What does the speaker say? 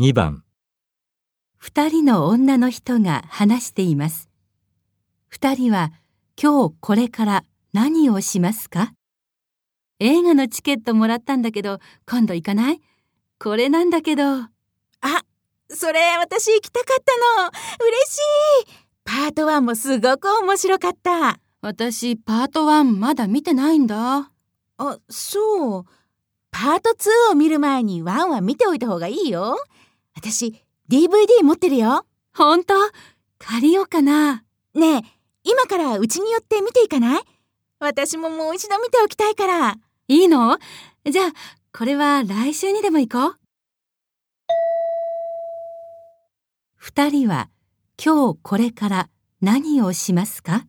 2番、二人の女の人が話しています。二人は今日これから何をしますか映画のチケットもらったんだけど今度行かないこれなんだけど。あ、それ私行きたかったの。嬉しい。パート1もすごく面白かった。私パート1まだ見てないんだ。あ、そう。パート2を見る前に1は見ておいた方がいいよ。私、DVD 持ってるよ。ほんと借りようかな。ねえ、今からうちに寄って見ていかない私ももう一度見ておきたいから。いいのじゃあこれは来週にでも行こう。二人は今日これから何をしますか